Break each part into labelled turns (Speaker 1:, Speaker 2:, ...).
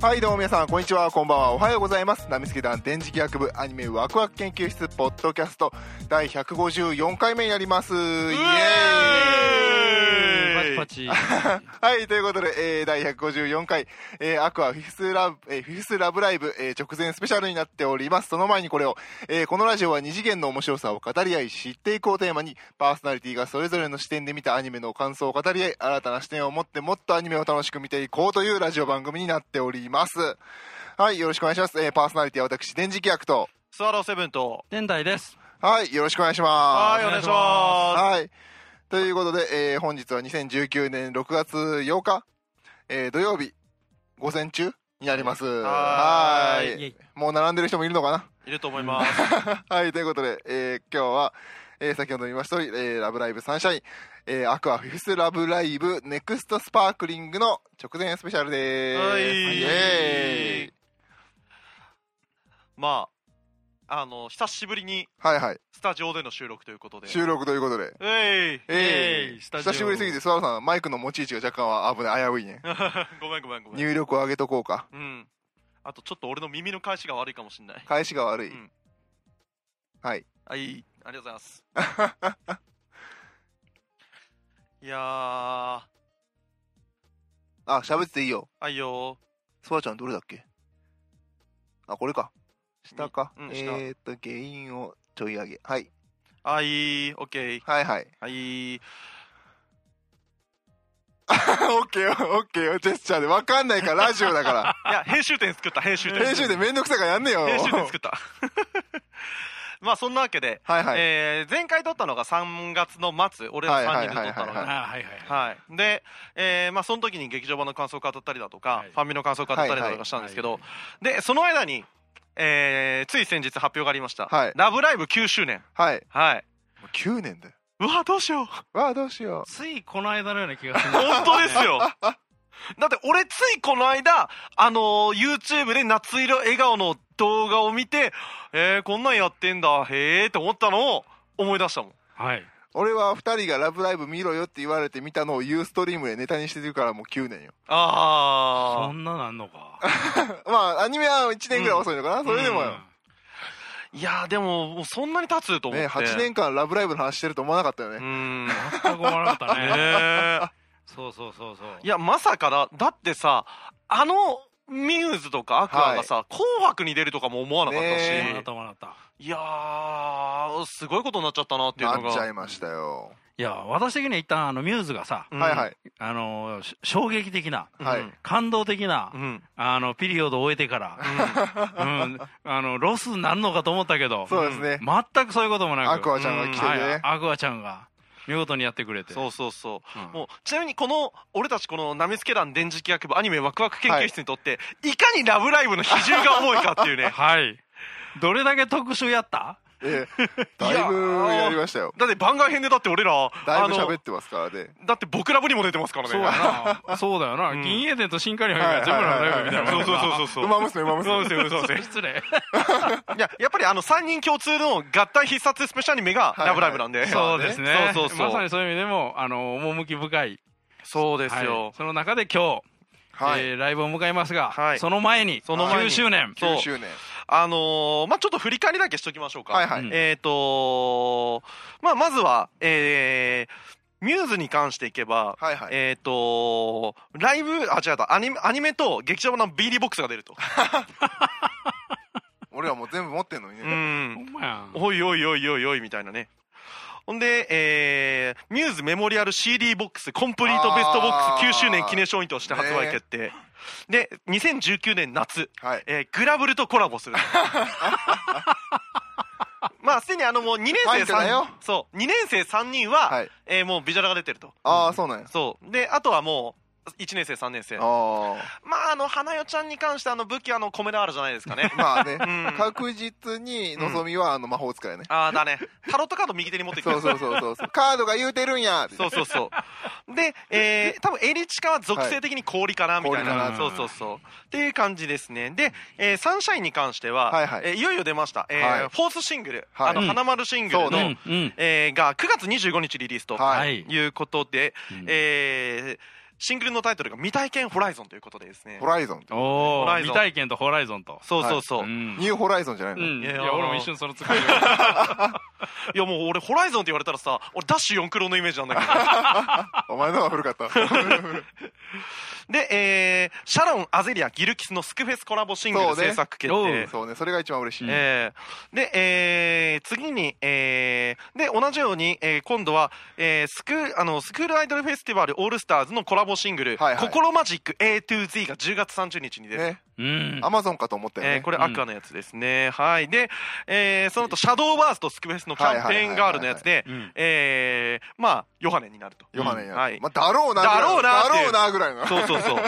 Speaker 1: はいどうも皆さんこんにちはこんばんはおはようございますナミスケ団電磁気学部アニメワクワク研究室ポッドキャスト第154回目になりますイエーイ
Speaker 2: パチパチ。
Speaker 1: はい、ということで、えー、第154回、えー、アクアフィフスラブ、えー、フィフスラブライブ、えー、直前スペシャルになっております。その前にこれを、えー、このラジオは二次元の面白さを語り合い、知っていこうテーマに、パーソナリティがそれぞれの視点で見たアニメの感想を語り合い、新たな視点を持ってもっとアニメを楽しく見ていこうというラジオ番組になっております。はい、よろしくお願いします。えー、パーソナリティは私、電磁気役と、
Speaker 3: スワローセブンと。
Speaker 2: 天台です。
Speaker 1: はい、よろしくお願いします。
Speaker 3: はい、お願いしま
Speaker 1: はい。ということで、えー本日は2019年6月8日、えー土曜日、午前中になります。
Speaker 3: は
Speaker 1: は
Speaker 3: ーい
Speaker 1: い。もう並んでる人もいるのか
Speaker 3: す。いると思います。
Speaker 1: な はい、ということで、えー今日は、えー先ほど言いました通り、えーラブライブサンシャイン、えーアクアフィフスラブライブネクストスパークリングの直前スペシャルでーす。
Speaker 3: はい
Speaker 1: イエーイ
Speaker 3: まあ、あの、久しぶりに
Speaker 1: はいはい。
Speaker 3: スタジオでの収録ということで。
Speaker 1: 収録ということで。
Speaker 3: えい
Speaker 1: えー
Speaker 2: スタジオ
Speaker 1: 久しぶりすぎて、スワロさん、マイクの持ち位置が若干は危ない、危ういね。
Speaker 3: ごめんごめんごめん。
Speaker 1: 入力を上げとこうか。
Speaker 3: うん。あとちょっと俺の耳の返しが悪いかもしんない。
Speaker 1: 返しが悪い。
Speaker 3: うん
Speaker 1: はい。
Speaker 3: はい、ありがとうござい ます。いやー、あ
Speaker 1: あ、喋ってていいよ。
Speaker 3: いよ
Speaker 1: そらちゃんどれだっけあ、これか。下か。
Speaker 3: うん下
Speaker 1: えーっと、原因をちょい上げ。はい。
Speaker 3: ー。あい、オッケー。
Speaker 1: はい はい。
Speaker 3: はい。
Speaker 1: オッケーよ、オッケーよ、ジェスチャーで。わかんない から、ラジオだか
Speaker 3: いや、編集点作った、編集
Speaker 1: ら。
Speaker 3: 点。
Speaker 1: 編集でめんどくさいからやんねよ。
Speaker 3: 編集点作った。 まあ、そんなわけで、
Speaker 1: はいはい。
Speaker 3: えー前回撮ったのが3月の末俺ら3人で撮ったの
Speaker 1: は
Speaker 3: が。
Speaker 2: あはいはい。
Speaker 3: はい、で、えーまあ、その時に劇場版の感想を語ったりだとか、
Speaker 2: はい
Speaker 3: ファミの感想を語ったりだとかしたんですけど、
Speaker 2: はい
Speaker 3: でその間に、えーつい先日発表がありました「
Speaker 1: はい
Speaker 3: ラブライブ!」9周年、
Speaker 1: はい。
Speaker 3: はい、
Speaker 1: もう9年だよ。
Speaker 3: うわどうしよう
Speaker 1: わあ、どうしよ
Speaker 2: ついこの間のような気がする。
Speaker 3: 本当 ですよだって俺ついこの間、あのー YouTube で夏色笑顔の動画を見てえー、こんなんやってんだへえって思ったのを思い出したもん
Speaker 2: はい。
Speaker 1: う。俺は2人がラブライブ見ろよって言われて見たのをユーストリームでネタにしてるからもう9年よ。
Speaker 2: そ
Speaker 3: ああ
Speaker 2: んななんのか。
Speaker 1: まあ、アニメは1年ぐらい遅いのかな、それでもよ。
Speaker 3: いやーでももうそんなに経つと思って、
Speaker 1: ね、8年間ラブライブの話してると思わなかったよね。
Speaker 3: うーんね
Speaker 2: 全く思わなかったね。
Speaker 3: え
Speaker 2: そうそうそうそう。
Speaker 3: いや、まさかだ、だってさ、あの、ミューズとかアクアがさ、紅白に出るとかも思わなかったし、
Speaker 2: 思わな
Speaker 1: ね
Speaker 2: かった思わなかった。
Speaker 3: いやー、すごいことになっちゃったなっていうの
Speaker 1: なっちゃい
Speaker 3: が。
Speaker 1: ましたよ。
Speaker 2: いや、私的には一旦あのミューズがさ、
Speaker 3: うん
Speaker 1: はいはい。。
Speaker 2: あのし衝撃的な、
Speaker 3: うん
Speaker 1: はい
Speaker 2: 感動的な
Speaker 3: うん。う、ん
Speaker 2: あのピリオドを終えてから、うん、あのロスになるのかと思ったけど、
Speaker 1: そうですね。
Speaker 2: 全くそういうこともなく、
Speaker 1: アクアちゃんが来て
Speaker 2: はい
Speaker 1: てね。
Speaker 2: アクアちゃんが見事にやってくれて。
Speaker 3: そうそうそうう。
Speaker 2: ん
Speaker 3: もう、ちなみにこの、俺たちこの、ナミスケ団電磁気学部アニメワクワク研究室にとって、い、かにラブライブの比重が重いかっていう ね。
Speaker 2: はい。どれだけ特集やった
Speaker 1: ええだいぶやりましたよ。
Speaker 3: だって番外編でだって俺ら、
Speaker 1: だいぶ
Speaker 3: あ
Speaker 1: 喋
Speaker 3: の
Speaker 1: ってますからね。
Speaker 3: だって僕ラブにも出てますからね。
Speaker 2: そうやな。そうだよな。
Speaker 3: うん
Speaker 2: 銀英伝と新カリオンが全部のライブみたいなもん
Speaker 3: そう
Speaker 2: な。
Speaker 3: そうそうそうそう。
Speaker 1: 馬娘、馬
Speaker 3: そう
Speaker 1: 娘。
Speaker 3: ですよ、そうですよ。
Speaker 2: 失礼。
Speaker 3: いや、やっぱりあの、3人共通の合体必殺スペシャルアニメが
Speaker 1: いはい
Speaker 3: ラブライブなんで。
Speaker 2: そうですね。
Speaker 3: そうそうそう。
Speaker 2: まさにそういう意味でも、あの、趣深い。
Speaker 3: そうです
Speaker 2: は
Speaker 3: よ
Speaker 2: い。その中で今日、
Speaker 1: は
Speaker 2: え
Speaker 1: い。
Speaker 2: ーライブを迎えますが、
Speaker 3: はい
Speaker 2: その前に、
Speaker 3: その前に
Speaker 2: 9周年。
Speaker 3: そう
Speaker 1: 9周年。
Speaker 3: あのー、まあちょっと振り返りだけしときましょうか。
Speaker 1: はいはい
Speaker 2: うん。
Speaker 3: えっ、とーまあまずは、えー、ミューズに関していけば、
Speaker 1: はいはい。
Speaker 3: えっ、とーライブ、あ、違った、アニメ、アニメと劇場版の BD ボックスが出ると。
Speaker 1: 俺はもう全部持ってんのに
Speaker 3: う
Speaker 1: ね。
Speaker 2: ほ
Speaker 3: ん。
Speaker 2: んまやん。
Speaker 3: おいおいおいおいおい、みたいなね。ほんで、えー、ミューズメモリアル CD ボックス、コンプリートベストボックス9周年記念商品として発売決定。で、2019年夏、
Speaker 1: はい。
Speaker 3: えーグラブルとコラボする。まあ、すでにあのもう2年
Speaker 1: ファ
Speaker 3: 生
Speaker 1: イトだ
Speaker 3: 3
Speaker 1: よ
Speaker 3: 人、そう、2年生3人は、
Speaker 1: はい。
Speaker 3: えーもうビジュアルが出てると。
Speaker 1: ああ、そうなんや。
Speaker 3: そう。で、あとはもう、1年生3年生。
Speaker 1: あ
Speaker 3: まあ、あの、花代ちゃんに関してあの武器はあの、米のあるじゃないですか ね
Speaker 1: あ。。まあね
Speaker 3: う。ん。
Speaker 1: 確実に、のぞみは、あの、魔法使いね。
Speaker 3: ああ、だね。タロットカード右手に持ってきて
Speaker 1: そうそうそうそう そう。カードが言うてるんや
Speaker 3: そうそうそう。で、えー、多分エリチカは属性的に氷かな、みたいな。
Speaker 1: はい
Speaker 3: そうそうそう。っていう感じですね。で、えーサンシャインに関しては、
Speaker 1: はい
Speaker 3: い
Speaker 1: はい
Speaker 3: えーいよいよ出ました。えー
Speaker 1: はい
Speaker 3: フォースシングル、
Speaker 1: はい
Speaker 3: あの、
Speaker 2: うん
Speaker 3: 花丸シングル
Speaker 1: そう
Speaker 3: の、
Speaker 1: ね
Speaker 2: うん、うん。
Speaker 3: えーが9月25日リリースと
Speaker 1: はい
Speaker 2: い
Speaker 3: いうことで、
Speaker 2: うん
Speaker 3: えーシングルのタイトルが未体験ホライゾンということでですね
Speaker 1: ホ。ライゾン
Speaker 2: お
Speaker 3: ホラ
Speaker 2: お
Speaker 3: イゾン
Speaker 2: 未体験とホライゾンと
Speaker 3: そうそうそう。い
Speaker 2: ん
Speaker 1: ニューホライゾンじゃないの、
Speaker 2: うんい
Speaker 3: いや
Speaker 2: や俺も一瞬その使 いが
Speaker 3: やもう俺ホライゾンって言われたらさ、俺ダッシュ4クロのイメージなんだけ ど。
Speaker 1: お前のは古かった
Speaker 3: で、えー、シャロン、アゼリア、ギルキスのスクフェスコラボシング
Speaker 1: そ
Speaker 3: ル
Speaker 1: うね
Speaker 3: 制作決
Speaker 2: おう
Speaker 3: 定。
Speaker 1: そうねそれが一番嬉しい、
Speaker 3: えーで、えー次に、えーで、同じように、えー今度は、えースクーあのスクールアイドルフェスティバルオールスターズのコラボシングル、
Speaker 1: はいはい
Speaker 3: 心マジック A to Z が10月30日に出る。
Speaker 1: ね
Speaker 2: うん
Speaker 1: アマゾンかと思ったよね、
Speaker 3: えーこれアクアのやつですね、はいで、えーその後シャドーバースとスクフェスのキャンペーンガールのやつで
Speaker 2: うん
Speaker 3: えーまあヨハネになると
Speaker 1: ヨハネや、
Speaker 3: うんはい
Speaker 1: まあ、だろうなぐらいの
Speaker 3: だ
Speaker 1: だ
Speaker 3: ろ
Speaker 1: ろ
Speaker 3: う
Speaker 1: う
Speaker 3: な
Speaker 1: なぐらいの
Speaker 3: そうそうそう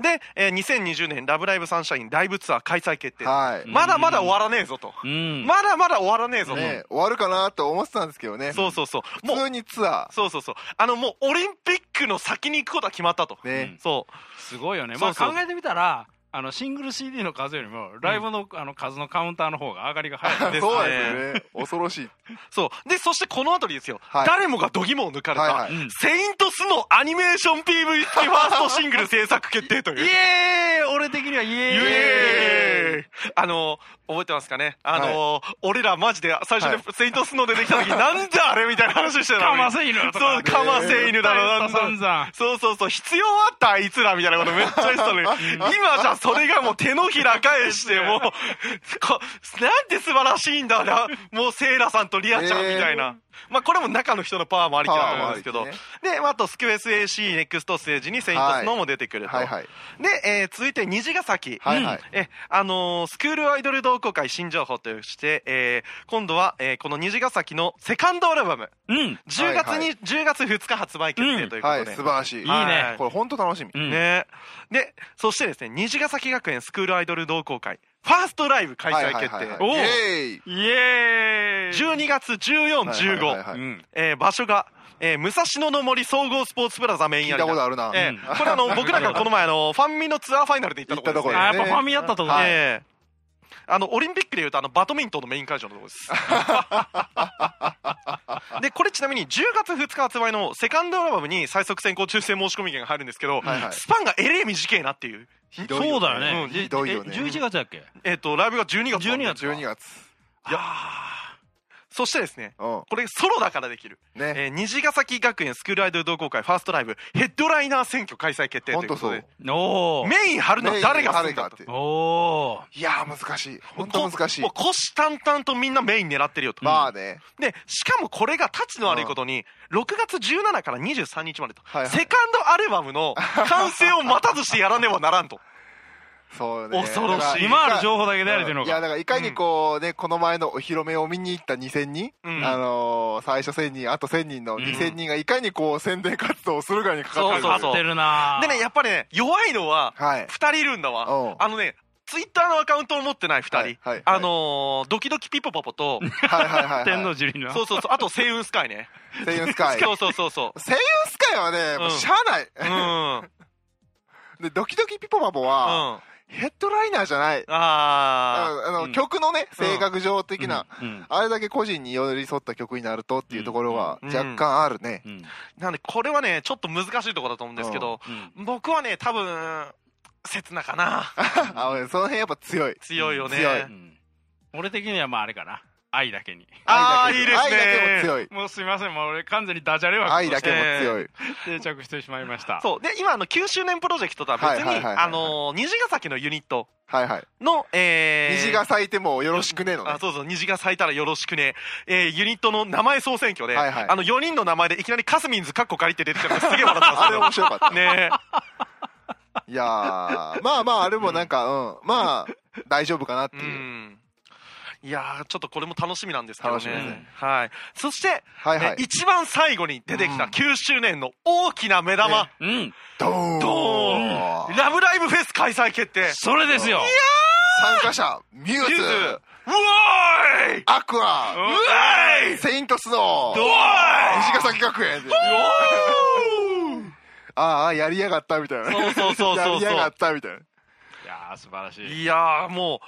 Speaker 3: で、えー2020年「ラブライブサンシャインライブツアー開催決定」
Speaker 1: はい、
Speaker 2: ん
Speaker 3: まだまだ終わらねえぞと、
Speaker 2: うん
Speaker 3: まだまだ終わらねえぞと、
Speaker 1: ね、終わるかなと思ってたんですけどね
Speaker 3: そうそうそうもう
Speaker 1: 普通にツア
Speaker 3: そうそうそうあのもうオリンピックの先に行くことは決まったと、
Speaker 1: ーね、
Speaker 3: そう
Speaker 2: すごいよね
Speaker 3: そうそう
Speaker 2: まあ考えてみたらあのシングル CD の数よりもライブの,、あの数のカウンターの方が上がりが早い
Speaker 3: ですね
Speaker 1: そうですよね恐ろしい
Speaker 3: そうでそしてこの後にですよ、
Speaker 1: はい
Speaker 3: 誰もが度肝を抜かれた、
Speaker 1: はいはい
Speaker 2: うん
Speaker 3: セイントスのアニメーション PV 付きファーストシングル制作決定という
Speaker 2: イエーイ俺的にはイエーイ
Speaker 3: イエーイあの覚えてますかねあの、俺らマジで最初に
Speaker 1: は
Speaker 3: セイントスノー出てきた 時、なんじゃあれみたいな話してたの
Speaker 2: か
Speaker 3: に
Speaker 2: ませ犬と
Speaker 3: そう
Speaker 2: か
Speaker 3: かませ犬だろなんだ
Speaker 2: 散々
Speaker 3: そうそうそう、必要あったあいつらみたいなことめっちゃ言ってた のに、今じゃそれがもう手のひら返して、もう、こなんて素晴らしいんだな、もうセイラさんとリアちゃんみたいな。まあこれも中の人のパワーもありきだと思うんですけど、
Speaker 1: パワーも
Speaker 3: で、まああとスクエス AC ネクストステージにセイントスノーも出てくると。
Speaker 1: はいはい
Speaker 3: で、えー続いて虹ヶ崎。
Speaker 1: はいはい、
Speaker 3: えあのースクールアイドル同好会新情報として、えー今度は、えーこの虹ヶ崎のセカンドアルバム
Speaker 2: うん
Speaker 3: 10月に、
Speaker 1: はいはい
Speaker 3: 10月2日発売決定ということ
Speaker 1: は
Speaker 3: で、
Speaker 1: い素晴らしい
Speaker 2: いいね
Speaker 1: これ本当楽しみ、
Speaker 2: うん
Speaker 3: ねでそしてですね虹ヶ崎学園スクールアイドル同好会ファーストライブ開催決定、
Speaker 1: はいはい
Speaker 2: おう
Speaker 1: はいはい、イエーイ
Speaker 2: イエーイ
Speaker 3: 12月1415、
Speaker 1: はいはいはいはい
Speaker 2: うん
Speaker 3: えー場所が、えー武蔵野の森総合スポーツプラザメイン
Speaker 1: 聞い
Speaker 3: アリ
Speaker 1: た
Speaker 3: ー
Speaker 1: こと
Speaker 3: ナ
Speaker 1: あるな、
Speaker 3: えーこれあの僕らがこの前あのファンミのツアーファイナルで行ったところです
Speaker 2: あ
Speaker 1: 行
Speaker 2: や
Speaker 1: っ
Speaker 2: っぱファミやったとこ
Speaker 1: は
Speaker 2: ね
Speaker 1: い
Speaker 3: ええあのオリンピックでいうとあのバドミントンのメイン会場のところです でこれちなみに10月2日発売のセカンドアルバムに最速先行抽選申し込み券が入るんですけど、
Speaker 1: はいはい
Speaker 3: スパンがえれえ短いなっていう、
Speaker 1: ひどい
Speaker 2: そうだよね
Speaker 3: うん
Speaker 2: で
Speaker 1: ひどいよね
Speaker 2: え11月だっけ
Speaker 3: えっとライブが12月なんで
Speaker 2: 12月
Speaker 1: 12月
Speaker 3: いやーそしてですね
Speaker 1: うん
Speaker 3: これソロだからできる、
Speaker 1: ね
Speaker 3: えー虹ヶ崎学園スクールアイドル同好会ファーストライブヘッドライナー選挙開催決定と
Speaker 1: 本
Speaker 3: いうこ
Speaker 1: 当
Speaker 3: と
Speaker 1: そ
Speaker 3: で
Speaker 1: う
Speaker 2: おお
Speaker 3: メイン張るのは誰がす
Speaker 1: 誰
Speaker 3: るんだ
Speaker 1: が
Speaker 3: と
Speaker 1: って
Speaker 2: おお
Speaker 1: いやー難しい本当難しい
Speaker 3: もう虎視眈々とみんなメイン狙ってるよと、
Speaker 1: まあね
Speaker 3: でしかもこれがたちの悪いことに6月17から23日までと、
Speaker 1: はいはい
Speaker 3: セカンドアルバムの完成を待たずしてやらねばならんと
Speaker 1: そうね
Speaker 3: 恐ろしい
Speaker 1: だから
Speaker 2: 今ある情報だけでやれてるの
Speaker 1: いや
Speaker 2: か
Speaker 1: だからいかにこうね、この前のお披露目を見に行った2000人、
Speaker 3: うん
Speaker 1: あのー最初1000人あと1000人の
Speaker 2: ん
Speaker 1: 2000人がいかにこう宣伝活動をするかにかかってる
Speaker 3: そうそう
Speaker 2: 勝ってるな
Speaker 3: でねやっぱりね弱いのは
Speaker 1: はい
Speaker 3: 2人いるんだ
Speaker 1: お
Speaker 3: わ
Speaker 1: う
Speaker 3: あのねツイッターのアカウントを持ってない2人、
Speaker 1: はいはいはい
Speaker 3: あのードキドキピポパポと
Speaker 1: はいはいはい、はい、
Speaker 2: 天皇樹里な
Speaker 3: そうそうそうあと星雲スカイね
Speaker 1: 声優スカイ
Speaker 3: そうそうそうそう
Speaker 1: 声優スカイはね、もうしゃあない、
Speaker 3: うん、うん、
Speaker 1: でドキドキピポパポは、
Speaker 3: あ
Speaker 1: ヘッドライナーじゃない、
Speaker 3: あ
Speaker 1: あの、
Speaker 2: うん
Speaker 1: 曲のね
Speaker 3: うん
Speaker 1: 性格上的な、
Speaker 2: うん
Speaker 1: あれだけ個人に寄り添った曲になるとっていうところは
Speaker 3: うん
Speaker 1: 若干あるね、
Speaker 2: うん
Speaker 3: なんでこれはねちょっと難しいところだと思うんですけど
Speaker 2: うん
Speaker 3: 僕はね多分刹那かな
Speaker 1: あのその辺やっぱ強い
Speaker 3: 強いよね
Speaker 1: 強い
Speaker 2: うん俺的にはまああれかな愛だけに
Speaker 3: あー
Speaker 1: 愛だけ
Speaker 3: いいですね
Speaker 1: 愛だけも強い
Speaker 2: もうすいませんもう俺完全にダジャレは
Speaker 1: 愛だけも強い、
Speaker 2: 定着してしまいました
Speaker 3: そうで今あの9周年プロジェクトとは別
Speaker 1: はいはい
Speaker 3: に
Speaker 1: はいはい
Speaker 3: あのー虹ヶ崎のユニット
Speaker 1: はいはい
Speaker 3: の、えー
Speaker 1: 虹が咲いてもよろしくねのね
Speaker 3: あそうそう虹が咲いたらよろしくね、えーユニットの名前総選挙で、
Speaker 1: はいはい
Speaker 3: あの4人の名前でいきなりカスミンズカッコ借りて出てきたからすげえ笑って ま
Speaker 1: あ
Speaker 3: す
Speaker 1: れ面白かった。
Speaker 3: ね
Speaker 1: いやー、まあまあ、あれもなんか、うん、まあ、大丈夫かなって
Speaker 3: えう
Speaker 1: いう。
Speaker 3: んいやーちょっとこれも楽しみなんですけど
Speaker 1: 楽
Speaker 3: ね
Speaker 1: しみです
Speaker 2: ね
Speaker 3: はいそして、
Speaker 1: はいはい
Speaker 3: ね。一番最後に出てきた
Speaker 1: うん
Speaker 3: 9周年の大きな目玉、
Speaker 1: ね
Speaker 2: うん
Speaker 1: ドーン
Speaker 3: ドーンラブライブフェス開催決定
Speaker 2: それですよ
Speaker 1: 参加者、ミュー
Speaker 3: ユーズう
Speaker 1: ズ、
Speaker 3: おーい
Speaker 1: アク
Speaker 3: う
Speaker 1: ア、
Speaker 3: わーい
Speaker 1: セイントスノー、
Speaker 3: ドー
Speaker 1: 西ヶ崎学園。
Speaker 3: い
Speaker 1: ああ、やりやがったみたいな。
Speaker 3: そうそうそうそうそう
Speaker 1: やりやがったみたいな。
Speaker 2: いやー素晴らしい
Speaker 3: いやーもう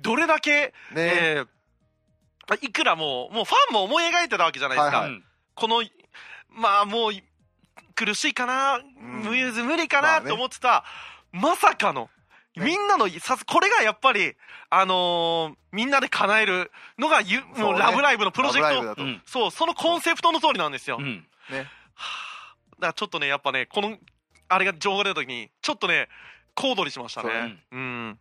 Speaker 3: どれだけ、
Speaker 1: ね
Speaker 3: えーいくらもうもうファンも思い描いてたわけじゃないですか、
Speaker 1: はいはい
Speaker 2: うん
Speaker 3: このまあもう苦しいかな、
Speaker 1: ん
Speaker 3: 無理無理か
Speaker 1: ま
Speaker 3: な
Speaker 1: あね
Speaker 3: と思ってた、まさかの、
Speaker 1: ね
Speaker 3: みんなのさすこれがやっぱり、あのーみんなで叶えるのがゆもう
Speaker 1: そうね
Speaker 3: ラブライブのプロジェ
Speaker 1: ラブライブ
Speaker 3: クト
Speaker 1: だと、
Speaker 2: うん
Speaker 3: そうそのコンセプトの通りなんですよ、
Speaker 2: う
Speaker 3: は
Speaker 2: ん
Speaker 3: あだからちょっとねやっぱねこのあれが情報が出た時にちょっとね小躍りしました
Speaker 1: そう
Speaker 3: ね
Speaker 2: ね
Speaker 3: うん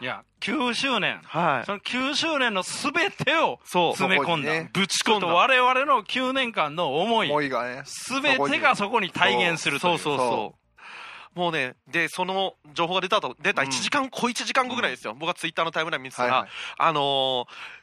Speaker 2: いや9周年
Speaker 3: はい
Speaker 2: その9周年のすべてを
Speaker 3: そう
Speaker 2: 詰め込んだ、
Speaker 1: そこにね
Speaker 3: ぶち
Speaker 2: ち
Speaker 3: 込
Speaker 2: ょっ
Speaker 3: ん
Speaker 2: と
Speaker 3: だ
Speaker 2: 我々の9年間の思い
Speaker 1: 思いがね
Speaker 2: すべてがそこに体現するとい
Speaker 3: そううそう
Speaker 1: そ
Speaker 3: そうもうねでその情報が出たと出た
Speaker 1: うん
Speaker 3: 1時間、小1時間後ぐらいですよ、僕はツイッターのタイムライン見てた
Speaker 1: はい
Speaker 3: ら、
Speaker 1: はい
Speaker 3: あの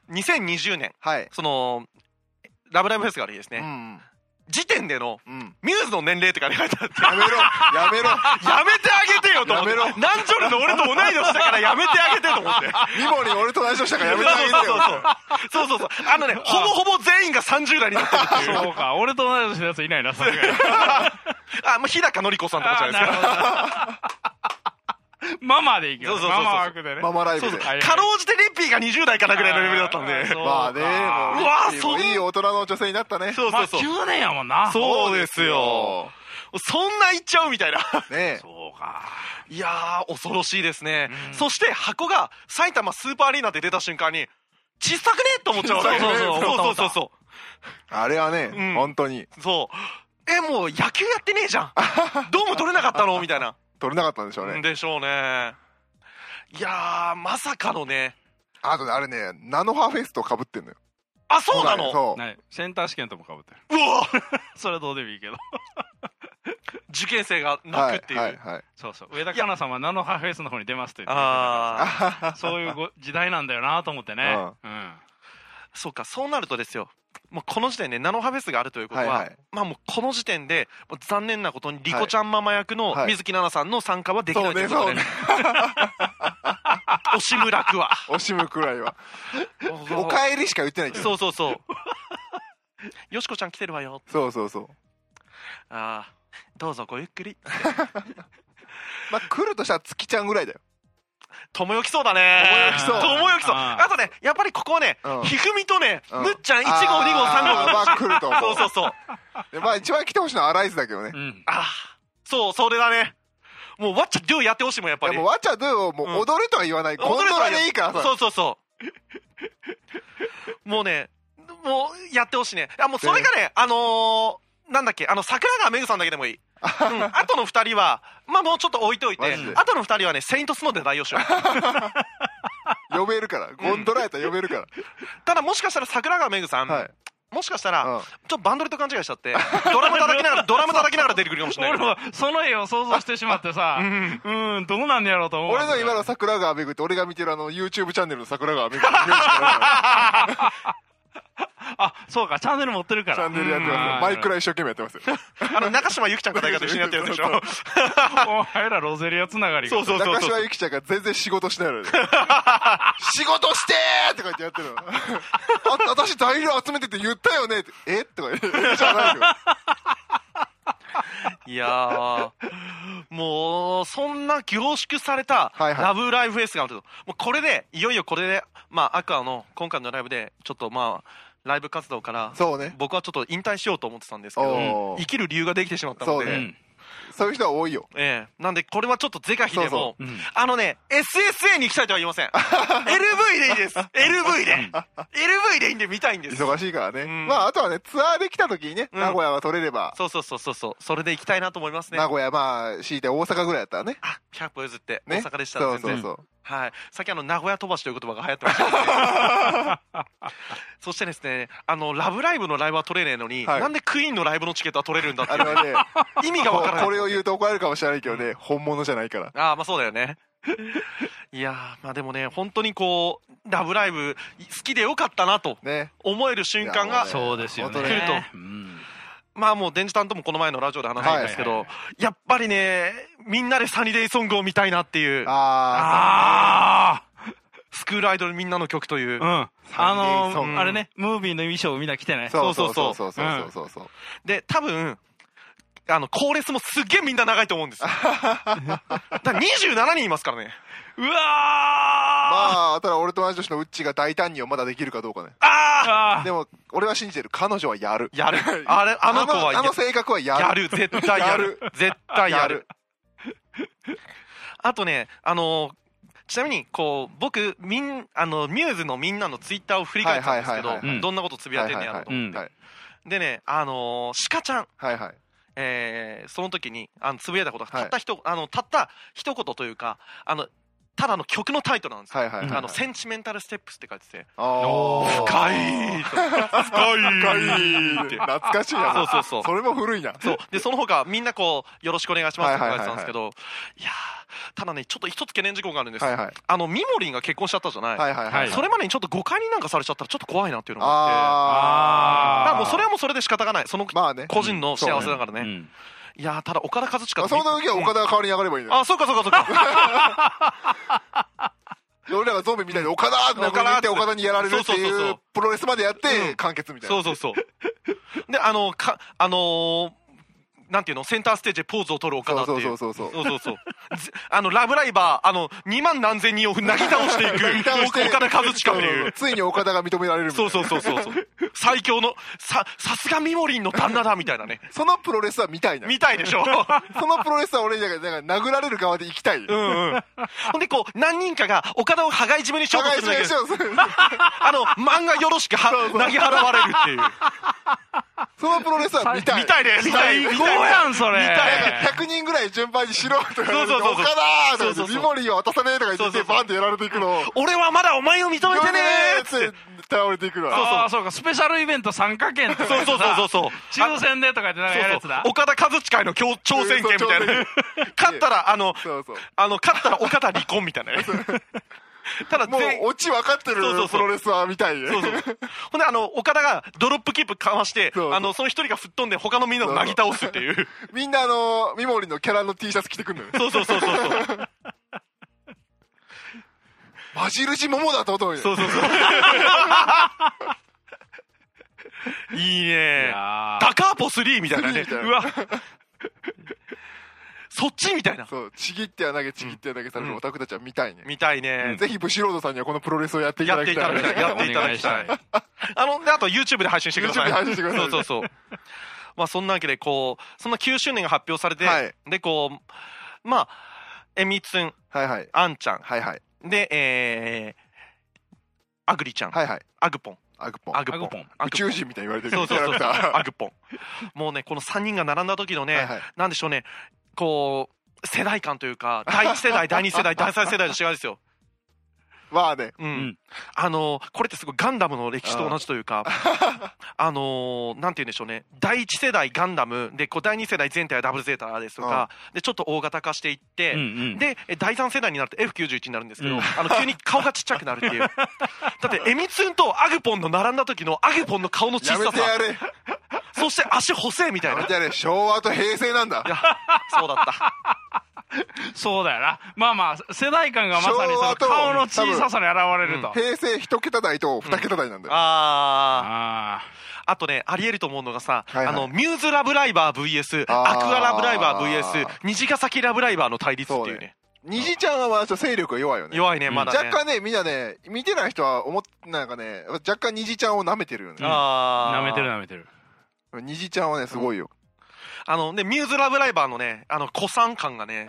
Speaker 3: ー、2020年
Speaker 1: はい
Speaker 3: その「ラブライブフェス」がある日ですね、
Speaker 1: うん
Speaker 3: 時点での
Speaker 1: うん
Speaker 3: ミューズの年齢って書いてあって
Speaker 1: やめろやめろ
Speaker 3: やめてあげてよと思って
Speaker 1: やめろ
Speaker 3: 何ジョルの俺と同い年だからやめてあげてと思 って
Speaker 1: ミモリ俺と内緒したからやめてあげてよ
Speaker 3: そうそうそうそうそうそうあのねほぼほぼ全員が30代になってるっていう
Speaker 2: そうか俺と同い年のやついないなさすがに
Speaker 3: あ、まあ、日高のり子さんとかじゃないですか
Speaker 2: ママでいきます
Speaker 3: そうそうそうそう
Speaker 2: ママ枠でね
Speaker 1: ママライ
Speaker 3: そ
Speaker 1: ブ
Speaker 3: うそ
Speaker 1: で
Speaker 3: う
Speaker 2: はい
Speaker 3: かろうじてリッピーが20代かなぐらいのレベルだったんで
Speaker 2: そ う
Speaker 1: まあね
Speaker 2: か
Speaker 1: もう
Speaker 3: うわー
Speaker 1: リッキーも
Speaker 3: そう
Speaker 1: いい大人の女性になったね
Speaker 3: そう
Speaker 2: ま
Speaker 3: そ
Speaker 2: あ
Speaker 3: うそう
Speaker 2: 9年やもんな
Speaker 3: そうですよそんな行っちゃうみたいな
Speaker 1: ね え
Speaker 2: そうか
Speaker 3: いやー恐ろしいですね、
Speaker 2: うん
Speaker 3: そして箱が埼玉スーパーアリーナで出た瞬間に小さくねと思っちゃうわけ
Speaker 1: そうそうそう
Speaker 3: そうそうそうそ
Speaker 1: あれはね
Speaker 3: うん
Speaker 1: 本当に
Speaker 3: うそうえもう野球やってねえじゃんドーム取れなかったのみたいな
Speaker 1: 取れなかったんでしょうね
Speaker 3: でしょうねいやーまさかのね
Speaker 1: あとねあれねナノハフェスと被ってんのよ
Speaker 3: あそうなのうわ
Speaker 1: そう
Speaker 2: ないセンター試験ともかぶってるそれはどうでもいいけど
Speaker 3: 受験生が
Speaker 1: は
Speaker 3: 泣
Speaker 1: い
Speaker 3: くっていう、
Speaker 1: はいはい
Speaker 2: そうそう上田香奈さんはナノハーフェイスの方に出ますと言って
Speaker 3: ああ
Speaker 2: あそういうご時代なんだよなと思ってねうん
Speaker 3: そうかそうなるとですよもうこの時点でナノハフェスがあるということは、
Speaker 1: はいはい
Speaker 3: まあもうこの時点でもう残念なことにリコちゃんママ役の
Speaker 1: はい
Speaker 3: 水木奈々さんの参加はでき
Speaker 1: そ
Speaker 3: な
Speaker 1: う
Speaker 3: いとい
Speaker 1: ね
Speaker 3: うこと
Speaker 1: そう
Speaker 3: で、
Speaker 1: ね
Speaker 3: 惜しむ楽は
Speaker 1: 惜しむくらいは おかえりしか言ってないけど
Speaker 3: そうそうそうよしこちゃん来てるわよ
Speaker 1: そうそうそう
Speaker 3: ああどうぞごゆっくり
Speaker 1: まあ来るとしたら月ちゃんぐらいだよ
Speaker 3: 友よきそうだ
Speaker 1: 友よ
Speaker 3: ね
Speaker 1: きそう
Speaker 3: 友よきそう
Speaker 2: あ
Speaker 3: あ
Speaker 2: ー
Speaker 3: とねやっぱりここはね、
Speaker 1: うん
Speaker 3: ひふみとね、
Speaker 1: うん
Speaker 3: むっちゃん1号2号3号
Speaker 1: あーまあ来ると思
Speaker 3: そうそうそう
Speaker 1: でまあ一番来てほしいのはアライズだけどね
Speaker 2: うん
Speaker 3: ああそうそれだねもうわっちゃりょうやってほしいもんやっぱ
Speaker 1: いや
Speaker 3: り
Speaker 1: もうワチャドゥをもう踊るとは言わない、コントラでいいから
Speaker 3: そ
Speaker 1: さ
Speaker 3: うそうそうもうねもうやってほしいねあもうそれがねあのーなんだっけあの桜川めぐさんだけでもいい、うん、あとの二人はまあもうちょっと置いといて
Speaker 1: マジで
Speaker 3: あとの二人はねセイントスノーで代用しよ う
Speaker 1: 呼べるからコントラやったら呼べるか
Speaker 3: ただもしかしたら桜川めぐさん、
Speaker 1: らはい、
Speaker 3: もしかしたら、
Speaker 1: うん
Speaker 3: ちょっとバンドリと勘違いしちゃってドラム叩きながらドラム叩きながら出てくるかもしれない
Speaker 2: 俺
Speaker 3: けど
Speaker 2: もその絵を想像してしまってさ
Speaker 3: う
Speaker 2: うんんどうなんやろうと思う
Speaker 1: 俺の今の桜川めぐって俺が見てるあの YouTube チャンネルの桜川めぐってイメージしかないから
Speaker 2: あそうかチャンネル持ってるから
Speaker 1: チャンネルやって
Speaker 2: う
Speaker 1: ま
Speaker 2: ん
Speaker 1: すマイクラ一生懸命やってますよ
Speaker 3: あの中島ゆきちゃん方が一緒にやってるでしょ
Speaker 2: お前らロゼリアつながりが
Speaker 3: そうそうそう
Speaker 1: 中
Speaker 3: そう
Speaker 1: 島ゆきちゃんが全然仕事し ないので仕事してーって書いてやってるのあ私材料集めてって言ったよねってえとか言ってじゃないよ
Speaker 3: いやーもうそんな凝縮された「
Speaker 1: はいはい
Speaker 3: ラブライブフェス」があるともうこれでいよいよこれでまあアクアの今回のライブでちょっとまあライブ活動から
Speaker 1: そうね
Speaker 3: 僕はちょっと引退 しようと思ってたんですけど
Speaker 1: おー
Speaker 3: 生きる理由ができてしまったの
Speaker 1: そう
Speaker 3: で、
Speaker 1: ね
Speaker 2: うん
Speaker 1: そういう人は多いよ
Speaker 3: ええなんでこれはちょっと是か非で
Speaker 1: そうそ
Speaker 3: も
Speaker 2: うん
Speaker 3: あのね SSA に行きたいとは言い ません LV でいいです LV で LV でいいんで見たいんです
Speaker 1: 忙しいからね、
Speaker 3: うん
Speaker 1: まああとはねツアーで来た時にね、
Speaker 3: うん
Speaker 1: 名古屋は取れれば、
Speaker 3: そうそうそうそうそうそれで行きたいなと思いますね
Speaker 1: 名古屋まあ強いて大阪ぐらいだったらね
Speaker 3: あ100歩譲って大
Speaker 1: ね
Speaker 3: 阪でした
Speaker 1: そう
Speaker 3: 全然
Speaker 1: そうそう
Speaker 3: はい、さっきあの名古屋飛ばしという言葉が流行ってましたね、そしてですねあの「ラブライブ!」のライブは取れねえのに、
Speaker 1: はい
Speaker 3: なんでクイーンのライブのチケットは取れるんだって
Speaker 1: あれはね
Speaker 3: 意味がわからない
Speaker 1: これを言うと怒られるかもしれないけどね、本物じゃないから。
Speaker 3: ああまあそうだよねいやーまあでもね本当にこう「ラブライブ!」好きでよかったなと
Speaker 1: ね。
Speaker 3: 思える瞬間
Speaker 1: いや
Speaker 3: が、
Speaker 1: も
Speaker 2: そうですよね
Speaker 1: 本当
Speaker 3: ね来る
Speaker 2: うん
Speaker 3: まあもう電磁担ともこの前のラジオで話したんですけど、
Speaker 2: はいはい
Speaker 3: やっぱりねみんなでサニーデイソングを見たいなっていう
Speaker 1: あ
Speaker 2: あ
Speaker 3: スクールアイドルみんなの曲という、
Speaker 2: あうん
Speaker 1: サンデ
Speaker 2: あ
Speaker 1: ーソン
Speaker 2: の
Speaker 1: グ
Speaker 2: あれねムービーの衣装みんな着てね
Speaker 1: あ。そうそうそうそうそうそうそう。
Speaker 3: で多分あの高レスもすっげえみんな長いと思うん ですよだから27人いますからね
Speaker 2: うわー、
Speaker 1: まあただ俺と同じ年のウッチが大胆にをまだできるかどうかね
Speaker 3: ああ
Speaker 2: あー
Speaker 1: でも俺は信じてる彼女はやる
Speaker 3: やるあれあの子は
Speaker 1: あのあの性格はやる
Speaker 3: やる絶対やる絶対やるあとねあのちなみにこう僕みんあのミューズのみんなのツイッターを振り返ったんですけ
Speaker 1: はいはい
Speaker 2: はいはい
Speaker 3: どどんなことつぶやいてんねやろうと
Speaker 2: はい
Speaker 3: 思っ
Speaker 2: はい
Speaker 1: は
Speaker 3: て
Speaker 1: い
Speaker 3: でねあのシカちゃん
Speaker 1: はいはい
Speaker 3: えーその時にあのつぶやいたことが
Speaker 1: はい
Speaker 3: たったひとあのたった一言というかあのただの曲のタイトルなんですよ
Speaker 1: はいはいはい
Speaker 3: あのセンチメンタルステップスって書いてて
Speaker 1: あー
Speaker 3: 深いと
Speaker 1: 深
Speaker 3: 深
Speaker 1: いって懐かしいな
Speaker 3: そうそうそう
Speaker 1: それも古いな
Speaker 3: そうでその他みんなこう「よろしくお願いします」って書いてたんですけど、いやーただねちょっと一つ懸念事項があるんです、
Speaker 1: はいはい
Speaker 3: あのミモリンが結婚しちゃったじゃない、
Speaker 1: はいはいはい
Speaker 3: それまでにちょっと誤解になんかされちゃったらちょっと怖いなっていうのがあって
Speaker 1: あ
Speaker 2: あ
Speaker 1: ー
Speaker 3: まあもうそれはもうそれで仕方がないその
Speaker 1: まあね
Speaker 3: 個人の幸せだからね、
Speaker 2: うん
Speaker 3: いやーただ岡田和親
Speaker 1: あその時は岡田が代わりに上がればいいのよ
Speaker 3: あそうかそうかそうか
Speaker 1: 俺らがゾンビみたいに岡田って殴りに行って岡田にやられるって
Speaker 3: そうそうそう
Speaker 1: い
Speaker 3: そう
Speaker 1: うプロレスまでやっ
Speaker 3: う
Speaker 1: て
Speaker 3: ん
Speaker 1: 完結みたいな
Speaker 3: そうそうそうであのかあのーなんていうのセンターステージでポーズを取る岡田って
Speaker 1: そ
Speaker 3: いうう
Speaker 1: そうそうそう
Speaker 3: そうそうそう。ずあの、ラブライバー、あの、2万何千人をなぎ倒してい く、
Speaker 1: ぎ倒して
Speaker 3: 岡田和親って
Speaker 1: そうそう
Speaker 3: い
Speaker 1: う。ついに岡田が認められるみたい
Speaker 3: そ
Speaker 1: な
Speaker 3: うそうそうそうそう。最強の、さ、さすがミモリンの旦那だ、みたいなね。
Speaker 1: そのプロレスは見たいな
Speaker 3: みたい でしょ。
Speaker 1: そのプロレスは俺じゃなくてなんか殴られる側で行きたい
Speaker 3: うんうん。ほんで、こう、何人かが、岡田を羽交い締めにしようと
Speaker 1: 互
Speaker 3: す
Speaker 1: い
Speaker 3: る
Speaker 1: 違い
Speaker 3: んだけ
Speaker 1: し
Speaker 3: ど、
Speaker 1: ようそう
Speaker 3: あの、漫画よろしくは、投げ払われるっていう。
Speaker 1: そのプロレスは見たい
Speaker 3: 見たいね、見たい。
Speaker 2: 最高やん、それ。
Speaker 3: 見たい
Speaker 1: なんか100人ぐらい順番にしろとか言われて
Speaker 3: そうそうそうそ
Speaker 1: 岡田
Speaker 3: う
Speaker 1: とか言ってミモリーを渡さねえとか言って
Speaker 3: そうそうそう
Speaker 1: バンってやられていくのを
Speaker 3: 俺はまだお前を認めてねーっつ
Speaker 1: っ
Speaker 3: って
Speaker 1: て。倒れていくのは
Speaker 2: ああ、そうか、スペシャルイベント参加券とか
Speaker 3: そうそうそうそう
Speaker 2: う。
Speaker 3: そう。
Speaker 2: 抽選でとか言ってなんかやるやつだ。
Speaker 3: 岡田和親への強挑戦権みたいな
Speaker 1: そう挑戦。
Speaker 3: 勝ったら、あの、
Speaker 1: そうそう
Speaker 3: あの、勝ったら岡田離婚みたいなね。 ただ
Speaker 1: もう
Speaker 3: 全員、
Speaker 1: オチ分かってる
Speaker 3: そうそうそう
Speaker 1: プロレスはみたいね
Speaker 3: そうそう。ほんで、あの、岡田がドロップキープかわして、
Speaker 1: そうそう
Speaker 3: あの、その一人が吹っ飛んで他のみんなをなぎ倒すっていう。
Speaker 1: みんなあのミモリーのキャラの T シャツ着てくんのよ
Speaker 3: そうそうそうそう。
Speaker 1: マジルジモモだと思うよ
Speaker 3: そうそうそう。いい
Speaker 2: い
Speaker 3: ね。
Speaker 2: やー
Speaker 3: ダカーポ3みたいなね。
Speaker 1: 3
Speaker 3: うわ。そっちみたいな。
Speaker 1: そうちぎっては投げちぎっては投げされ
Speaker 3: う
Speaker 1: る
Speaker 3: ん
Speaker 1: オタクたちは見たいね
Speaker 3: みたい ね。
Speaker 1: ぜひブシロードさんにはこのプロレスをやっていた
Speaker 3: や
Speaker 1: だ
Speaker 3: って
Speaker 1: き
Speaker 3: いた
Speaker 1: た
Speaker 3: だ
Speaker 1: い
Speaker 3: きたい。やっていただきたい
Speaker 2: お願い。
Speaker 3: あの、であと YouTube で配信してくださ
Speaker 1: YouTube
Speaker 3: い。
Speaker 1: で配信してください
Speaker 3: そ うそうそう。まあそんなわけで、こう、そんな9周年が発表されて、
Speaker 1: はい
Speaker 3: で、こう、まあ、えみつん、
Speaker 1: はいはい
Speaker 3: あんちゃん、
Speaker 1: はいはい
Speaker 3: で、えー、あぐりちゃん、
Speaker 1: はいはい
Speaker 3: あぐぽん、
Speaker 1: アグポン
Speaker 3: あ
Speaker 2: ア
Speaker 3: ぐ
Speaker 2: グ
Speaker 3: ぽ
Speaker 2: ポ
Speaker 3: ん
Speaker 2: ン。
Speaker 1: 宇宙人みたいに言われて
Speaker 3: そ
Speaker 1: る
Speaker 3: う
Speaker 1: キ
Speaker 3: そう
Speaker 1: ャラ
Speaker 3: そう
Speaker 1: ク
Speaker 3: そ
Speaker 1: タ
Speaker 3: う、
Speaker 1: ー
Speaker 3: あぐぽん。もうね、この3人が並んだ時のね、
Speaker 1: はいはい
Speaker 3: なんでしょうね、こう、世代間というか、第1世代、第2世代、第3世代の違いですよ。
Speaker 1: まあね
Speaker 3: うん
Speaker 2: ん
Speaker 3: あのーこれってすごいガンダムの歴史と同じというかあのーなんて言うんでしょうね第一世代ガンダムでこう第二世代全体はダブルゼータですとかでちょっと大型化していって、
Speaker 2: うんうん
Speaker 3: でえ第三世代になると F91 になるんですけど、
Speaker 2: うん
Speaker 3: あの急に顔がちっちゃくなるっていうだってエミツンとアグポンの並んだ時のアグポンの顔の小
Speaker 1: やめ
Speaker 3: さ
Speaker 1: てや
Speaker 3: さ
Speaker 1: れ
Speaker 3: そして足細いみたい
Speaker 1: や
Speaker 3: な
Speaker 1: めてやれ昭和と平成なんだ
Speaker 3: そうだった
Speaker 2: そうだよな。まあまあ、世代間がまさにその顔の小ささに現れると。
Speaker 1: 平成一桁台と二桁台なんだよ、
Speaker 3: あー
Speaker 2: あ
Speaker 3: あとね、ありえると思うのがさ、
Speaker 1: はいはい
Speaker 3: あの、ミューズラブライバー VS、
Speaker 1: あー
Speaker 3: アクアラブライバー VS、虹ヶ崎ラブライバーの対立っていうね。
Speaker 1: 虹ちゃんはまだちょっと勢力が弱いよね
Speaker 3: 弱いね、
Speaker 2: うん
Speaker 3: まだね。
Speaker 1: 若干ねみんなね見てない人は思っなんかね若干虹ちゃんを舐めてるよね
Speaker 3: あ
Speaker 2: あ。
Speaker 3: ー
Speaker 2: 舐めてる舐めてる。
Speaker 1: 虹ちゃんはねすごいよ、
Speaker 3: あのね、ミューズラブライバーのね、あの、古参感がね、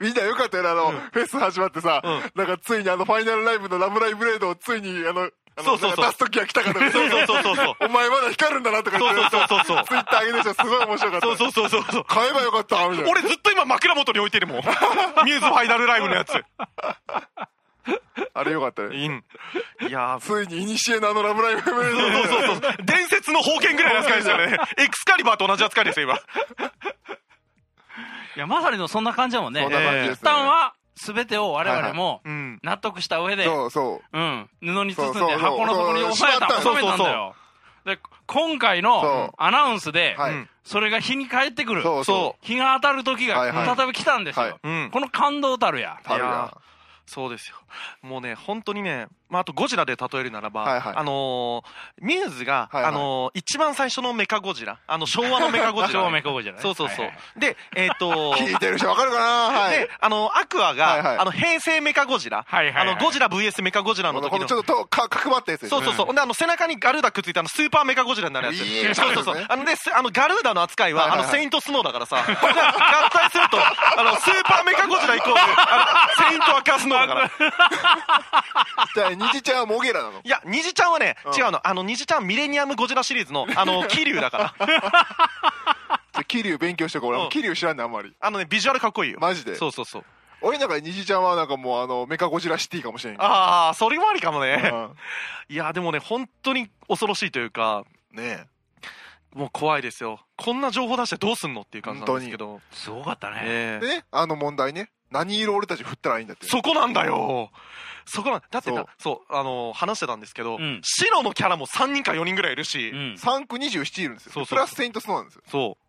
Speaker 1: みんなよかったよねあの、フェス始まってさ、
Speaker 3: う
Speaker 1: なんかついにあのファイナルライブの「ラブライブレード」をついにあのあの
Speaker 3: そうそうそう
Speaker 1: なんか出す時が来たから
Speaker 3: そうそうそうそうそう。
Speaker 1: お前まだ光るんだなとか言って
Speaker 3: そうそうそうそう
Speaker 1: ツイッター上げてた人すごい面白かった
Speaker 3: そうそうそうそうそう。
Speaker 1: 買えばよかったみたいな
Speaker 3: 俺ずっと今枕元に置いてるもん。ミューズファイナルライブのやつ。
Speaker 1: あれよかったね
Speaker 3: うん。いやー、
Speaker 1: ついに古のあの「ラブライブレード」
Speaker 3: そうそうそうそう。伝説の宝剣ぐらいの扱いですよね。エクスカリバーと同じ扱いですよ、今。
Speaker 2: いや、まさにそんな感じだもんね。
Speaker 1: そんな感じですね
Speaker 2: 一旦は、すべてを我々も
Speaker 3: うん。
Speaker 2: 納得した上で、
Speaker 1: そうそう
Speaker 2: うん、布に包
Speaker 1: そ
Speaker 2: ん
Speaker 1: うそ
Speaker 2: で
Speaker 1: う
Speaker 2: 箱の底に収めた、
Speaker 1: そう
Speaker 3: そう
Speaker 2: 収めたんだよ。で、今
Speaker 1: そ
Speaker 2: 回
Speaker 1: う
Speaker 2: のアナウンスで、
Speaker 1: はい、
Speaker 3: うん
Speaker 2: それが日に帰ってくる。
Speaker 1: そう
Speaker 3: そ
Speaker 1: そ
Speaker 2: 日が当たる時
Speaker 1: はいは
Speaker 2: が
Speaker 1: い
Speaker 2: 再び来たんです
Speaker 1: はい
Speaker 2: よ。
Speaker 3: うん。
Speaker 2: この感動たるや。
Speaker 1: う食べる
Speaker 3: いや
Speaker 1: や
Speaker 3: そうですよ。もうね、本当にね、まあ、あとゴジラで例えるならば、
Speaker 1: はいはい
Speaker 3: あのーミューズが、
Speaker 1: はいはい
Speaker 3: あのー一番最初のメカゴジラあの昭和のメカゴジラ
Speaker 2: 超メカゴジラね
Speaker 3: そうそうそう、
Speaker 2: はいはい
Speaker 3: でえっ、 と
Speaker 1: 聞いてる人わかるかなはい
Speaker 3: であのアクアが、
Speaker 1: はいはい
Speaker 3: あの平成メカゴジラ、
Speaker 2: はいはいはい
Speaker 3: あのゴジラ VS メカゴジラ
Speaker 1: こ
Speaker 3: の
Speaker 1: の
Speaker 3: 時
Speaker 1: こ
Speaker 3: の
Speaker 1: のちょっととか角張ったやつです
Speaker 3: そう
Speaker 1: ね
Speaker 3: そうそう、ほんであの背中にガルーダくっついてあのスーパーメカゴジラになるやつ
Speaker 1: いい
Speaker 3: そうそう
Speaker 1: そ
Speaker 3: そう
Speaker 1: うですね
Speaker 3: あのですあのガルーダの扱いは,、
Speaker 1: はいはいはい
Speaker 3: あのセイントスノーだからさ 合体するとあのスーパーメカゴジライコールあのセイントアクアスノーだから
Speaker 1: じゃあ虹ちゃんはモゲラなの
Speaker 3: いや、ニジちゃんはね、
Speaker 1: うん
Speaker 3: 違うの。あの、ニジちゃんミレニアムゴジラシリーズの、あの、キリュウだから。
Speaker 1: 桐生勉強してこう俺
Speaker 3: う
Speaker 1: も
Speaker 3: ん
Speaker 1: 桐生知らんねあんまり
Speaker 3: あのね、ビジュアルかっこいいよ。
Speaker 1: マジで
Speaker 3: そうそうそう。
Speaker 1: 俺の中で虹ちゃんはなんかもうあのメカゴジラシティかもしれんけど
Speaker 3: ああ、それもありかもね。
Speaker 1: うん
Speaker 3: いや、でもね、本当に恐ろしいというか、
Speaker 1: ね
Speaker 3: もう怖いですよ。こんな情報出してどうすんのっていう感じなんですけど。
Speaker 2: すごかったね
Speaker 1: え
Speaker 3: え
Speaker 1: で
Speaker 3: え
Speaker 1: ねあの問題ね何色俺たち振ったらいいんだって
Speaker 3: そこなんだよ。そこなんだって
Speaker 1: そ
Speaker 3: な
Speaker 1: う
Speaker 3: そう、あの、話してたんですけど
Speaker 2: うん、
Speaker 3: 白のキャラも3人か4人ぐらいいるし
Speaker 2: う、ん
Speaker 1: 3区27いるんですよ
Speaker 3: そうそうそう
Speaker 1: プラスセイントスノーなんですよ
Speaker 3: そう。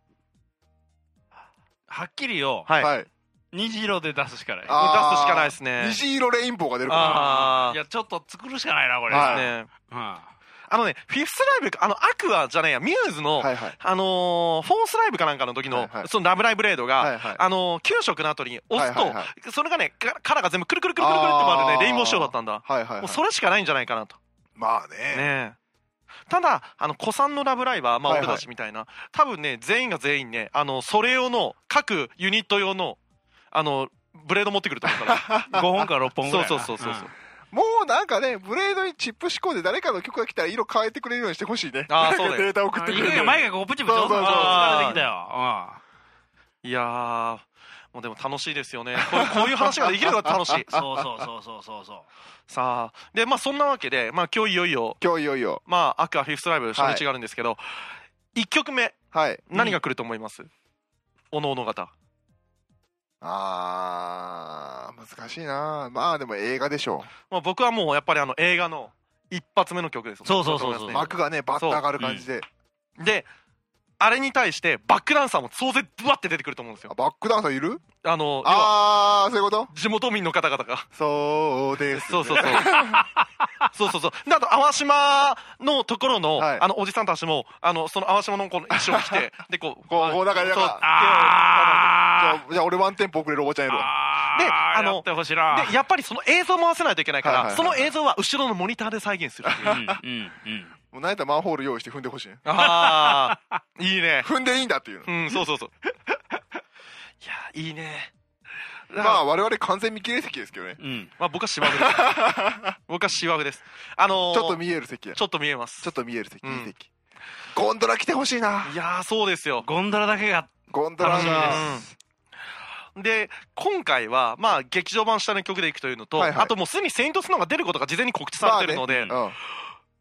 Speaker 2: はっきりよ
Speaker 3: はい。
Speaker 1: はい
Speaker 2: 虹色で出すしかない
Speaker 1: あー
Speaker 3: 出すしかないですね。
Speaker 1: 虹色レインボーが出るか
Speaker 3: あー
Speaker 2: いやちょっと作るしかないなこれ、
Speaker 1: はい
Speaker 3: ね
Speaker 2: う
Speaker 3: あのね、フィフスライブ、あの、アクアじゃねえや、ミューズの、
Speaker 1: らはいはい
Speaker 3: あのーフォースライブかなんかの時の、
Speaker 1: はいはい
Speaker 3: そのラブライブレードが、
Speaker 1: はいはい
Speaker 3: あのー給食の後に押すと、
Speaker 1: はいはいは
Speaker 3: それがね、かカラーが全部くるくるくるくるくるって回る
Speaker 1: あー
Speaker 3: ね、レインボー仕様だったんだ。
Speaker 1: はいはいは
Speaker 3: もう
Speaker 1: い
Speaker 3: それしかないんじゃないかなと。
Speaker 1: まあね
Speaker 3: ねえただ、あの、子さんのラブライバー、まあ、
Speaker 1: はいは
Speaker 3: 俺
Speaker 1: い
Speaker 3: たちみたいな、多分ね、全員が全員ね、あの、それ用の、各ユニット用の、あの、ブレード持ってくると思 うから。
Speaker 2: ん、5本か6本ぐ
Speaker 3: そ
Speaker 2: ら
Speaker 3: う
Speaker 2: いな
Speaker 3: そうそうそうそう。
Speaker 2: ん
Speaker 1: もうなんかねブレードにチップ仕込んで誰かの曲が来たら色変えてくれるようにしてほしいね
Speaker 3: あー
Speaker 1: 誰か
Speaker 3: そうだよ
Speaker 1: データ送ってくれ
Speaker 2: い
Speaker 1: る
Speaker 2: や
Speaker 1: ように
Speaker 2: 前がこうプチプチ
Speaker 1: そうそうそう
Speaker 2: 疲れてきたよ、。
Speaker 3: いやー、もうでも楽しいですよね。こういうこういう話ができるのが楽しい
Speaker 2: うん、そうそうそうそうそうそう
Speaker 3: さあ、で、まあ、そんなわけで、まあ、今日いよいよ、
Speaker 1: 今日いよいよ
Speaker 3: まあ、アクアフィフスライブ初日があるんですけど、一1曲目
Speaker 1: はい
Speaker 3: 何が来ると思います、おのおの方
Speaker 1: あー難しいなまあでも映画でしょ
Speaker 3: まあ、僕はもうやっぱりあの映画の一発目の曲です
Speaker 2: そうそうそうそう
Speaker 3: だと思
Speaker 1: う
Speaker 3: います
Speaker 1: 幕がねバッと上がる感じで、
Speaker 3: ねであれに対してバックダンサーも総勢ブワって出てくると思うんですよ
Speaker 1: あバックダンサーいる
Speaker 3: あの要は
Speaker 1: あーそういうこと
Speaker 3: 地元民の方々が
Speaker 1: そうです
Speaker 3: そ うそうそう そうそうそうであと淡島のところの,、
Speaker 1: はい
Speaker 3: あのおじさんたちもあのその淡島のこの衣装を着て でこう
Speaker 1: こうこうなんかなん
Speaker 3: そう
Speaker 1: かじ
Speaker 2: あ
Speaker 1: ゃあじゃあ俺ワンテンポ遅れるおばちゃんやるわ
Speaker 2: あ
Speaker 3: で
Speaker 2: あ
Speaker 3: あ
Speaker 2: の
Speaker 3: の
Speaker 2: やってほしいな
Speaker 3: でやっぱりその映像も合わせないといけないから、
Speaker 1: はいはいはいはい
Speaker 3: その映像は後ろのモニターで再現するっていう
Speaker 2: うんうんうん
Speaker 1: もう何やったらマンホール用意して踏んでほしいね
Speaker 3: ああ、 いいね。
Speaker 1: 踏んでいいんだっていうの
Speaker 3: うん、そうそうそう。いや、いいね。
Speaker 1: まあ我々完全見切れ席ですけどね
Speaker 2: うん
Speaker 3: まあ、僕は芝生です。僕は芝生です。あのー
Speaker 1: ちょっと見える席や
Speaker 3: ちょっと見えます。
Speaker 1: ちょっと見える席
Speaker 3: う
Speaker 1: い
Speaker 3: ん
Speaker 1: い席ゴンドラ来てほしいない
Speaker 3: やー、そうですよ。
Speaker 2: ゴンドラだけが
Speaker 1: ゴンドラ
Speaker 2: 楽しみ
Speaker 1: が
Speaker 3: うんで今回はまあ劇場版下の曲でいくというのと、
Speaker 1: はいはい
Speaker 3: あともうすでに「セイントスノー」が出ることが事前に告知されてるので、
Speaker 2: ま
Speaker 1: うん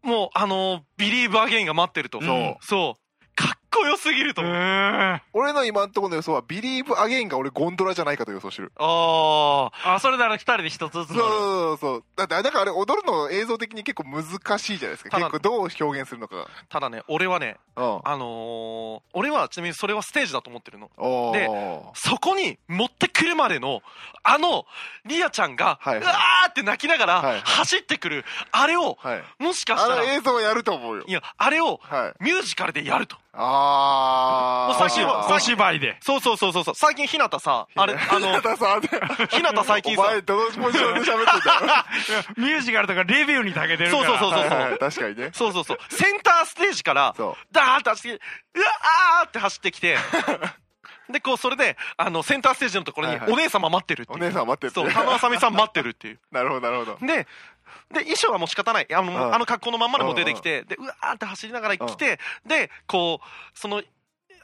Speaker 3: もうあのービリーブ・アゲイン」が待ってると
Speaker 2: そう
Speaker 3: そうかっこよすぎると
Speaker 2: う
Speaker 3: 思う、
Speaker 2: ん
Speaker 1: 俺の今んところの予想はビリーブアゲインが俺ゴンドラじゃないかと予想してる
Speaker 3: ああ
Speaker 2: あそれなら二人で一つ
Speaker 1: そ
Speaker 2: ずつ
Speaker 1: う
Speaker 2: 乗る
Speaker 1: そうそうだってだからあれ踊るの映像的に結構難しいじゃないですか
Speaker 3: ただ
Speaker 1: 結構どう表現するのか
Speaker 3: ただね俺はね
Speaker 1: がうん
Speaker 3: あのー俺はちなみにそれはステージだと思ってるの
Speaker 1: おー
Speaker 3: でそこに持ってくるまでのあのリアちゃんが、
Speaker 1: はいはいう
Speaker 3: わーって泣きなが
Speaker 1: はいは
Speaker 3: ら
Speaker 1: い
Speaker 3: 走ってくるあれを
Speaker 1: はい
Speaker 3: もしかし
Speaker 1: あ
Speaker 3: た
Speaker 1: の
Speaker 3: らい
Speaker 1: 映像やると思うよ
Speaker 3: やあれを
Speaker 1: はい
Speaker 3: ミュージカルでやると
Speaker 1: ああ
Speaker 3: もう最近は
Speaker 2: お
Speaker 3: 最近
Speaker 2: 芝居で
Speaker 3: そうそうそうそうそう最近ひなたさあれあの
Speaker 1: 日向さんで
Speaker 3: ひなた最近
Speaker 1: お
Speaker 3: さ
Speaker 1: 前どのポジションで喋ってんだろ
Speaker 2: ミュージカルとかレビューに長けてるから
Speaker 3: そうそうそう
Speaker 1: はいはいはい確かにね
Speaker 3: そう そうそうセンターステージから
Speaker 1: そう
Speaker 3: ダーッて走ってうわーって走ってきてでこうそれであのセンターステージのところに
Speaker 1: はいはい
Speaker 3: お姉様待ってるってい
Speaker 1: お
Speaker 3: う
Speaker 1: 姉さん待ってって
Speaker 3: そう、田村あさみさん待ってるっていう。
Speaker 1: なるほどなるほど
Speaker 3: で、で、衣装はもう仕方ない。あの、
Speaker 1: うん
Speaker 3: あの格好のまんまでもう出てきて、で、うわーって走りながら来て、で、こう、その、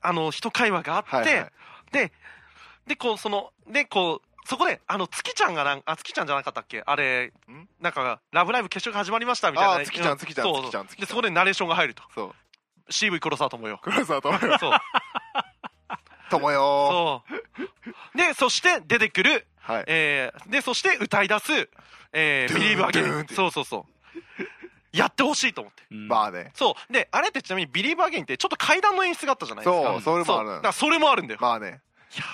Speaker 3: あの、人会話があって、
Speaker 1: はいはい
Speaker 3: で、で、こう、その、で、こう、そこで、あの、月ちゃんがなん、あ、月ちゃんじゃなかったっけあれ
Speaker 1: ん、
Speaker 3: なんか、ラブライブ決勝が始まりましたみたいな。
Speaker 1: あー月ちゃん
Speaker 3: う
Speaker 1: 月ちゃん
Speaker 3: そう
Speaker 1: 月ちゃん月ちゃん
Speaker 3: で、そこでナレーションが入ると。
Speaker 1: そう
Speaker 3: CV 黒 沢友よ。
Speaker 1: 黒沢智代
Speaker 3: そう。
Speaker 1: 智代
Speaker 3: そう。で、そして出てくる、
Speaker 1: はい
Speaker 3: えーでそして歌い出す「えー、
Speaker 1: ドゥーン
Speaker 3: Believe
Speaker 1: ドゥーンっ
Speaker 3: Again」
Speaker 1: て
Speaker 3: そうそうそうやってほしいと思って
Speaker 2: うん
Speaker 1: まあね
Speaker 3: そうであれってちなみに「Believe Again」ってちょっと階段の演出があったじゃないですか
Speaker 1: そうそれもあ
Speaker 3: そうだ
Speaker 1: る
Speaker 3: からそれもあるんだよ、
Speaker 1: まあね
Speaker 3: いや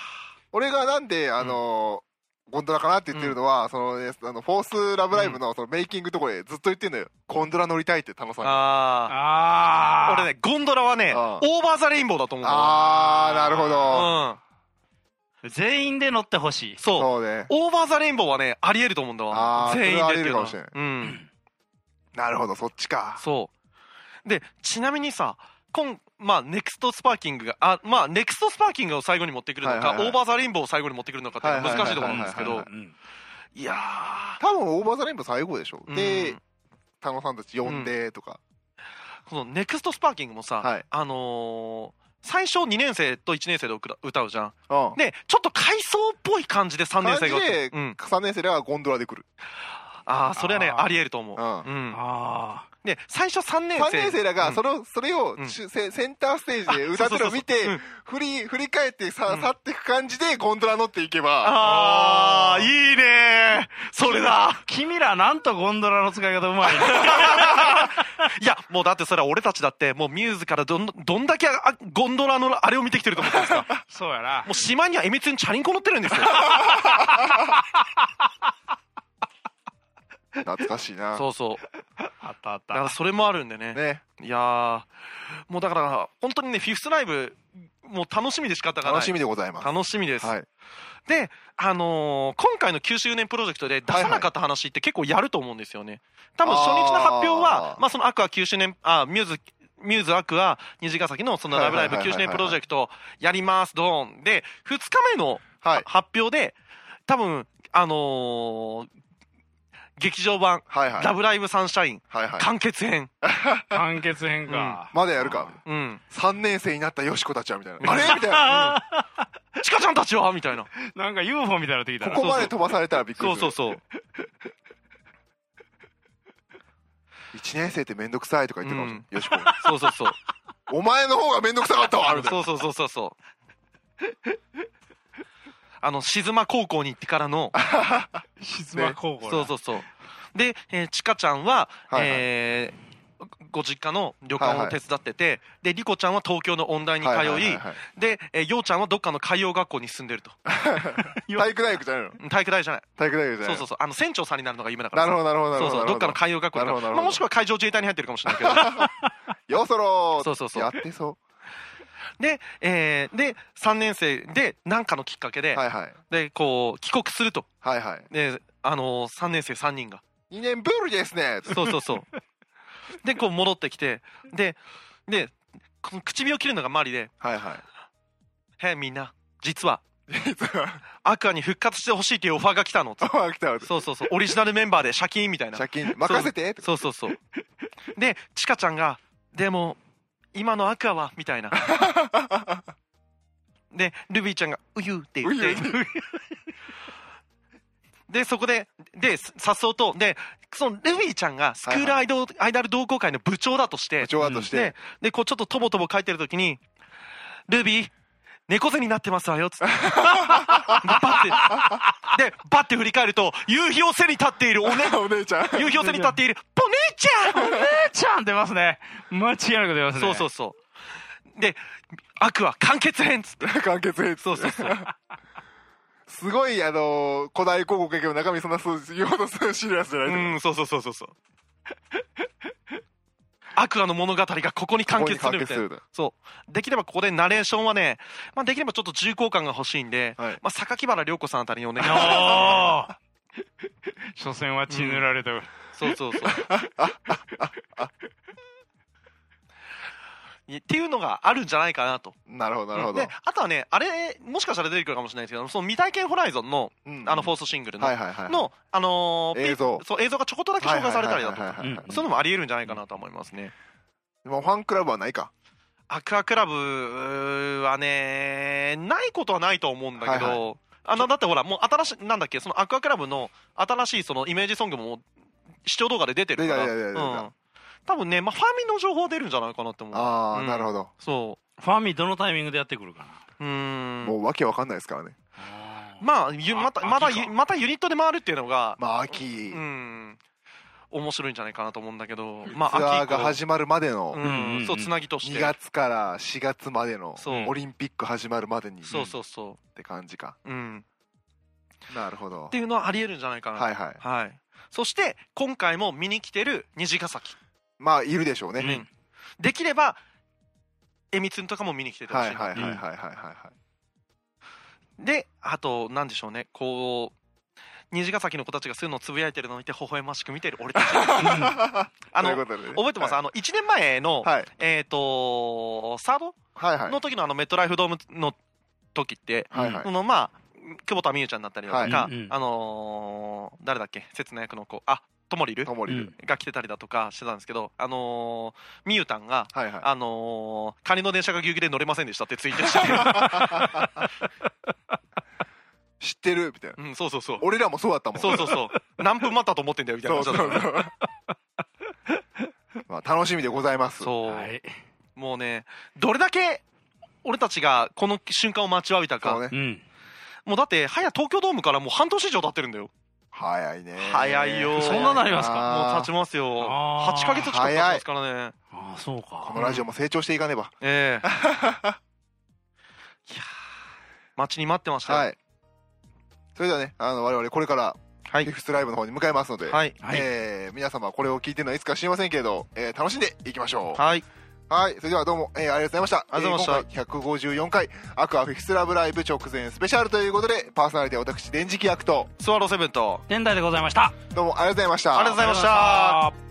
Speaker 1: 俺がなんであのゴンドラかなって言ってるのは、そのね、あの、フォースラブライブのそのメイキングとこでずっと言ってんのよ。ゴンドラ乗りたいって、田野さんが。
Speaker 3: ああ
Speaker 2: ああ
Speaker 3: 俺ねゴンドラはね
Speaker 1: あ
Speaker 3: オーバーザレインボーだと思う
Speaker 1: あー、なるほど。
Speaker 3: あ
Speaker 2: 全員で乗ってほしい
Speaker 3: うんそう
Speaker 1: そうね。
Speaker 3: オーバーザレインボーはねありえると思うんだわ
Speaker 1: あー
Speaker 3: 全員でっていうのは
Speaker 1: それはあり
Speaker 3: うん
Speaker 1: なるほど、そっちか。
Speaker 3: そうでちなみにさ今まあネクストスパーキングがあまあネクストスパーキングを最後に持ってくるのか、
Speaker 1: はいはいはい
Speaker 3: オーバーザレインボーを最後に持ってくるのかっていうのは難しいところなんですけ
Speaker 1: はいは
Speaker 3: ど
Speaker 1: い
Speaker 2: うん
Speaker 3: いやー
Speaker 1: 多分、オーバーザレインボー最後でしょ。
Speaker 3: う
Speaker 1: で
Speaker 3: ん、
Speaker 1: 田野さんたち呼んで、とか。
Speaker 3: このネクストスパーキングもさ、
Speaker 1: はい
Speaker 3: あのー最初2年生と1年生で歌歌うじゃん
Speaker 1: うん。
Speaker 3: でちょっと階層っぽい感じで3年生が歌
Speaker 1: 感
Speaker 3: う
Speaker 1: じで
Speaker 3: うん、
Speaker 1: 3年生らはゴンドラで来る。
Speaker 3: ああそれはね
Speaker 2: あー
Speaker 3: ありえると思う、
Speaker 1: うん
Speaker 3: うん
Speaker 2: あ
Speaker 3: で最初3年
Speaker 1: 3
Speaker 3: 生
Speaker 1: 年生ら
Speaker 3: う
Speaker 1: が、
Speaker 3: ん
Speaker 1: それを、それを
Speaker 3: うん、
Speaker 1: ちゅセセンターステージで歌ってるのを見
Speaker 3: そう
Speaker 1: て
Speaker 3: そうそう、
Speaker 1: 振り、振り返ってさ
Speaker 3: う、ん
Speaker 1: 去っていく感じでゴンドラ乗っていけば、
Speaker 3: あ
Speaker 2: あ
Speaker 3: あ
Speaker 2: ー
Speaker 3: いいねそれだ
Speaker 2: あ君らなんとゴンドラの使い方うまい ね
Speaker 3: いや、もうだってそれは俺たちだって、もうミューズからどん、どんだけあゴンドラのあれを見てきてると思ったんです か。も
Speaker 2: そうやな
Speaker 3: う島にはえみつにチャリンコ乗ってるんですよ。
Speaker 1: 懐かしいな。
Speaker 3: そうそう。
Speaker 2: あったあっ
Speaker 3: だから
Speaker 2: た
Speaker 3: それもあるんでね。
Speaker 1: ね。
Speaker 3: いやー、もうだから、本当にね、フィフスライブ、もう楽しみで仕方がない。
Speaker 1: 楽しみでございます。
Speaker 3: 楽しみです。
Speaker 1: はい。
Speaker 3: で、あのー今回の9周年プロジェクトで出さなかった話って結構やると思うんですよね。多分初日の発表は
Speaker 1: あ、ー
Speaker 3: まあそのアクア9周年、あ、ミューズ、ミューズアクア、虹ヶ崎のそのラブライブ9周年プロジェクトやります、ドーン。で、2日目の
Speaker 1: はい。
Speaker 3: 発表で、多分、あのー劇場版、
Speaker 1: はいはい。
Speaker 3: ラブライブサンシャイン、
Speaker 1: はいはい。
Speaker 3: 完結編。
Speaker 2: 完結編か
Speaker 1: まだやるか。
Speaker 3: うん。
Speaker 1: 3年生になったよしこたちは、みたいな。あれみたいな。
Speaker 3: チカちゃんたちはみたいな。
Speaker 2: なんか UFO みたいになってきたな
Speaker 1: ここまで飛ばされたらびっくり
Speaker 3: そう
Speaker 1: す
Speaker 3: そ
Speaker 1: る
Speaker 3: う。そう。
Speaker 1: 1年生ってめんどくさいとか言ってるかもしれない。よしこ。
Speaker 3: そうそう そう。
Speaker 1: お前の方がめんどくさかったわみたいな
Speaker 3: そうそうそうそうそう。あの静間高校に行ってからの、
Speaker 2: 静ま高校だ
Speaker 3: そうそうそう。で、えー、ちかちゃんは、
Speaker 1: はいはい
Speaker 3: えーご実家の旅館を手伝ってて、でりこちゃんは東京の音大に通い、
Speaker 1: はいはいはいはい
Speaker 3: で、えーようちゃんはどっかの海洋学校に住んでると
Speaker 1: 体育大学じゃないの
Speaker 3: 体育大じゃない
Speaker 1: 体育大学じゃな
Speaker 3: そ
Speaker 1: いう
Speaker 3: そうそうあの船長さんになるのが夢だから
Speaker 1: なるほどなるほどなるほど
Speaker 3: そうそうどっかの海洋学校に
Speaker 1: なるほどなるほ
Speaker 3: ま
Speaker 1: ど
Speaker 3: あ、もしくは海上自衛隊に入ってるかもしれないけ ど
Speaker 1: よそろ
Speaker 3: そうそうそう
Speaker 1: やってそ
Speaker 3: で,、えーで3年生で何かのきっかけで,、
Speaker 1: うはいはい
Speaker 3: でこう帰国すると
Speaker 1: はいはい
Speaker 3: で、あのー、3年生3人が。
Speaker 1: 2年ぶりですね
Speaker 3: そうそ うそう。で、こう戻ってきて、で、で、この唇を切るのがマリで、
Speaker 1: はいはい
Speaker 3: へえ、みんな、実は、
Speaker 1: 実 は
Speaker 3: アクアに復活してほしいっていうオファーが来たの。
Speaker 1: パワー来たわ
Speaker 3: そうそうそう、オリジナルメンバーでシャキーンみたいな。
Speaker 1: 借金任せて
Speaker 3: そうそうそう。で、チカちゃんが、でも、今のアクアは、みた いな。で、ルビーちゃんが、うゆうって言
Speaker 1: う
Speaker 3: って
Speaker 1: ゆ、
Speaker 3: で、そこで、で、さっそうと、で、そのルビーちゃんがスクールアイドル、アイドル同好会の部長だとして、
Speaker 1: 長として
Speaker 3: ででこうちょっととぼとぼ書いてるときに「ルビー猫背になってますわ よ」つってでバッてでバッて振り返ると夕日を背に立っているおね
Speaker 1: お姉ちゃん
Speaker 3: 夕日を背に立っているポネちゃん
Speaker 2: ちゃん出ますね間違いなく出ますね
Speaker 3: そうそううそうで「悪は完結編」つって
Speaker 1: 完結編
Speaker 3: そうそうそう
Speaker 1: すごいあのー古代広告劇の中身そんな数言うほどシリアスじゃないと思
Speaker 3: う
Speaker 1: うん
Speaker 3: そうそうそうそうそうアクアの物語がここに完結するみたいな
Speaker 1: ここに完結する
Speaker 3: そうできればここでナレーションはね、まあ、できればちょっと重厚感が欲しいんで、
Speaker 1: はい
Speaker 3: まあ、榊原涼子さんあたりにお願い
Speaker 2: おー所詮は血塗られた、
Speaker 3: そうそうそう。いっていうのがあるんじゃないかなと。
Speaker 1: なるほどなるほど
Speaker 3: で、あとはね、あれ、もしかしたら出てくるかもしれないですけど、その未体験ホライゾンの、
Speaker 1: うん
Speaker 3: あの、フォースシングルの、
Speaker 1: はいはいはい
Speaker 3: の、あのーピ
Speaker 1: 映像
Speaker 3: そう、映像がちょこっとだけ紹介されたりだとか、
Speaker 1: はいはいはいはいはい
Speaker 3: そういうのもあり得るんじゃないかなと思いますね。
Speaker 1: でもファンクラブはないか
Speaker 3: アクアクラブはね、ないことはないと思うんだけど、
Speaker 1: はい
Speaker 3: あのだってほら、もう新しい、なんだっけ、そのアクアクラブの新しいそのイメージソングも視聴動画で出てるか
Speaker 1: 出
Speaker 3: ら、
Speaker 1: た出た出
Speaker 3: う
Speaker 1: た出た
Speaker 3: ん多分ね、まあ、ファミの情報出るんじゃないかなって思う。
Speaker 1: ああ、
Speaker 3: うん
Speaker 1: なるほど
Speaker 3: そ
Speaker 2: ファミどのタイミングでやってくるか
Speaker 3: う。うーん。
Speaker 1: もうわけわかんないですからね
Speaker 2: な
Speaker 3: まあ、ゆまた、まだ
Speaker 2: 秋
Speaker 3: ゆ、
Speaker 2: か
Speaker 3: またユニットで回るっていうのが、
Speaker 1: まあ秋、
Speaker 3: うん。面白いんじゃないかなと思うんだけど、ま
Speaker 1: ツ
Speaker 3: あ、
Speaker 1: アー
Speaker 3: 秋以
Speaker 1: が
Speaker 3: 降
Speaker 1: 始まるまでの
Speaker 3: うん
Speaker 2: う、ん
Speaker 3: そう、つなぎとして。
Speaker 1: 2月から4月までの
Speaker 3: そう
Speaker 1: オリンピック始まるまでにっ
Speaker 3: そうそうそ
Speaker 1: て感じか
Speaker 3: う。うん。
Speaker 1: なるほど
Speaker 3: っていうのはありえるんじゃないかなと
Speaker 1: はいはい
Speaker 3: はい、そして今回も見に来てる虹ヶ崎
Speaker 1: まあいるでしょうね、
Speaker 2: うん
Speaker 3: できればえみつんとかも見に来ててほし
Speaker 1: はいいはいはい
Speaker 2: うん
Speaker 1: はいはいは
Speaker 3: であとなんでしょうねこう虹ヶ崎の子たちがそういうのをつぶやいてるのを見て微笑ましく見てる俺た ちあ
Speaker 1: い
Speaker 3: の
Speaker 1: ということでね
Speaker 3: 覚えてます、
Speaker 1: は
Speaker 3: あの1年前の、
Speaker 1: いはい
Speaker 3: えっ、とサード
Speaker 1: はいはい
Speaker 3: の時のあのメットライフドームの時って、
Speaker 1: はいはい
Speaker 3: そのまあ久保田美優ちゃんだったりだとか、
Speaker 2: はいうんうん
Speaker 3: あのー誰だっけ刹那役の子あともりる
Speaker 1: ともりる
Speaker 3: が来てたりだとかしてたんですけどあのー、みゆたんが
Speaker 1: はいはい
Speaker 3: あのー、カニの電車がぎゅうぎゅうで乗れませんでしたってツイートし てて、
Speaker 1: 知ってるみたいな
Speaker 3: うん、そうそうそう
Speaker 1: 俺らもそうだったもん
Speaker 3: そうそうそう何分待ったと思ってんだよみたいな
Speaker 1: そ
Speaker 3: 感
Speaker 1: う
Speaker 3: じ
Speaker 1: そ
Speaker 3: だ
Speaker 1: うそ
Speaker 3: った
Speaker 1: うまあ楽しみでございます
Speaker 3: そう、
Speaker 2: はい
Speaker 3: もうねどれだけ俺たちがこの瞬間を待ちわびたか
Speaker 1: そうね
Speaker 2: うん
Speaker 3: もうだって早東京ドームからもう半年以上経ってるんだよ
Speaker 1: 早いね
Speaker 3: 早いよ
Speaker 2: そんななりますか
Speaker 1: あー
Speaker 3: もう経ちますよ
Speaker 2: あー
Speaker 3: 8ヶ月近く経ちますからね
Speaker 2: ああそうか
Speaker 1: このラジオも成長していかねば
Speaker 3: え えいやー待ちに待ってましたよ
Speaker 1: はいそれではねあの我々これから
Speaker 3: は
Speaker 1: フィフスライブの方に向かいますので、
Speaker 3: はい
Speaker 2: はい
Speaker 1: えー皆様これを聞いてるのはいつか知りませんけれど、えー楽しんでいきましょう
Speaker 3: はい
Speaker 1: はい、それではどうも、えーありがとうございました。
Speaker 3: ありがとうござい
Speaker 1: した。え
Speaker 3: ま
Speaker 1: ー、今回154回、アクアフィフスラブライブ直前スペシャルということで、パーソナリティは私、電磁気役と、
Speaker 3: スワローセブンと
Speaker 2: 天台でございました
Speaker 1: どうもありがとうございました。
Speaker 3: ありがとうございました
Speaker 2: ありがとうございました